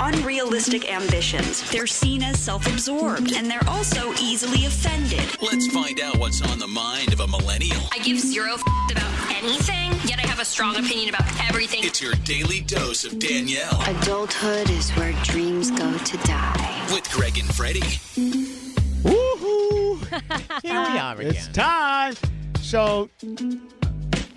unrealistic ambitions. They're seen as self absorbed, and they're also easily offended. Let's find out what's on the mind of a millennial. I give zero f- about anything, yet I have a strong opinion about everything. It's your daily dose of Danielle Adulthood is where dreams go to die. with Greg and Freddie. Woohoo! Here we are again. It's time. So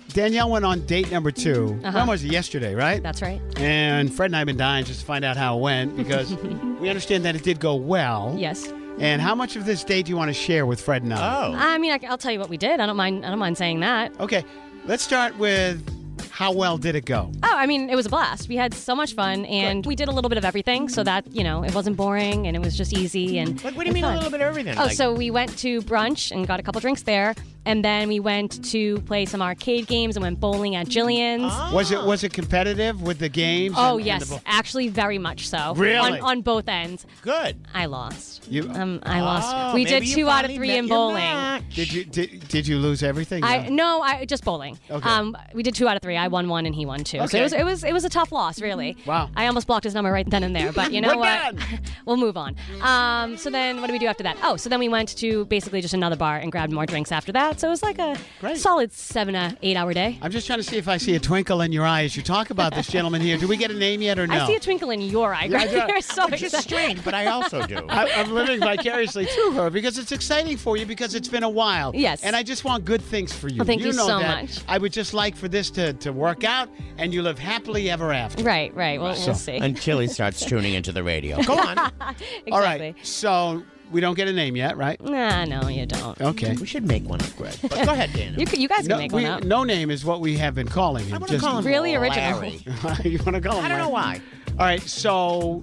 Danielle went on date number 2 When was it? Yesterday, right? Uh-huh. That's right. and Fred and I have been dying just to find out how it went because we understand that it did go well. Yes. And how much of this date do you want to share with Fred and I? Oh. I mean, I, will tell you what we did. I don't mind. I don't mind saying that. Oh. Okay, let's start with how well did it go? Oh, I mean, it was a blast. We had so much fun, and we did a little bit of everything, so that you know, it wasn't boring, and it was just easy. And What, what do you mean a little bit of everything? Oh, Like, so we went to brunch and got a couple drinks there, and then we went to play some arcade games and went bowling at Jillian's. Ah. Was it was it competitive with the games? Oh and- and yes, the bo- actually, very much so. Really? on, on both ends. good. I lost. You- um, I lost. Oh, we maybe did you two out of finally three met in your bowling. match. did you did, did you lose everything? I no, I just bowling. Okay. Um, we did two out of three. I won one and he won two. So Okay. Mm-hmm. it was it was it was a tough loss, really. Wow. I almost blocked his number right then and there, but you know We're what? done. we'll move on. Um, so then what do we do after that? Oh, so then we went to basically just another bar and grabbed more drinks after that. So it was like a Great. solid seven to eight hour day. I'm just trying to see if I see a twinkle in your eye as you talk about this gentleman here. Do we get a name yet or no? I see a twinkle in your eye. Greg. yeah. You're so Which is excited. strange, but I also do. I, I'm living vicariously through her because it's exciting for you because it's been a while. Yes. And I just want good things for you. Well, thank you know so that. much. I would just like for this to, to work out and you live happily ever after. Right, right. Well, So- we'll see. Until he starts tuning into the radio. Go on. exactly. All right. So we don't get a name yet, right? Nah, no, you don't. Okay. We should make one up, Greg. But go ahead, Daniel. You, c- you guys can No, make we- one up. no name is what we have been calling him. I want to Just- call him Really original. Larry. you want to call him? I don't know Larry? why. All right. So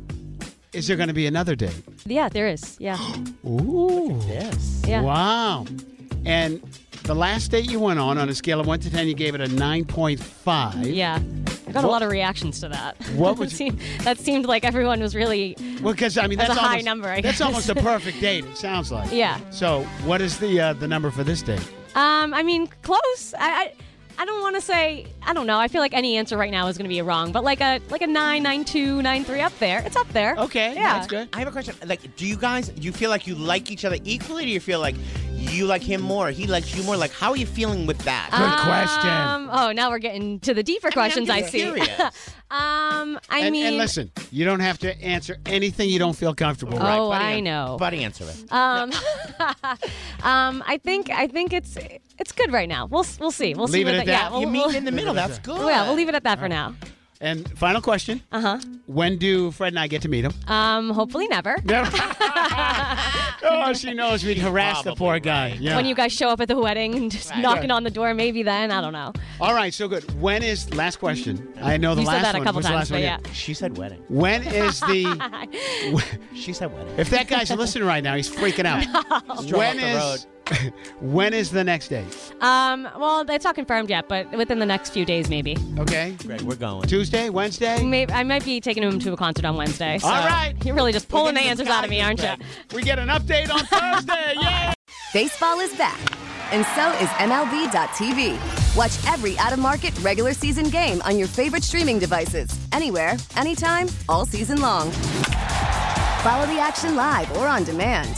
is there going to be another date? Yeah, there is. Yeah. Ooh. Yes. Yeah. Wow. And the last date you went on, on a scale of 1 to 10, you gave it a 9.5. Yeah. I got a lot of reactions to that. What would you- seemed, that seemed like everyone was really Well, because I mean That's that's, a high almost, number, I that's guess. almost a perfect date. It sounds like. Yeah. So, what is the uh, the number for this date? um I mean close. I I, I don't want to say I don't know. I feel like any answer right now is going to be a wrong, but like a like a 992 93 up there. It's up there. Okay, Yeah. that's good. I have a question. Like, do you guys, do you feel like you like each other equally? Do you feel like you like him more? He likes you more? Like, how are you feeling with that? Good question. Um, oh, now we're getting to the deeper I mean, I'm Uh, questions I just see. curious. um I and, mean and listen, you don't have to answer anything you don't feel comfortable Oh, with. but I an- know. But answer it. um, um, I think I think it's it's good right now. We'll s- we'll see. We'll see. Leave it what at the- that. Yeah, we'll, you meet we'll, in the middle. That's good. yeah, we'll leave it at that for now. And final question: Uh huh. When do Fred and I get to meet him? Um, hopefully never. oh, she knows we'd harass the poor guy. Yeah. When you guys show up at the wedding and just knocking on the door, maybe then I don't know. All right, so good. When is last question? I know the you last said that a one. couple What's the last times, but one? yeah. She said wedding. When is the? She said wedding. If that guy's listening right now, he's freaking out. When off is? When is the next date? Um, well, it's not confirmed yet, but within the next few days, maybe. Okay. Greg, we're going. Tuesday, Wednesday. Maybe I might be taking him to a concert on Wednesday. So All right. You're really just pulling the getting answers the out of me, aren't you? We get an update on Thursday. Yay! Baseball is back, and so is MLB.tv. Watch every out of market regular season game on your favorite streaming devices, anywhere, anytime, all season long. Follow the action live or on demand.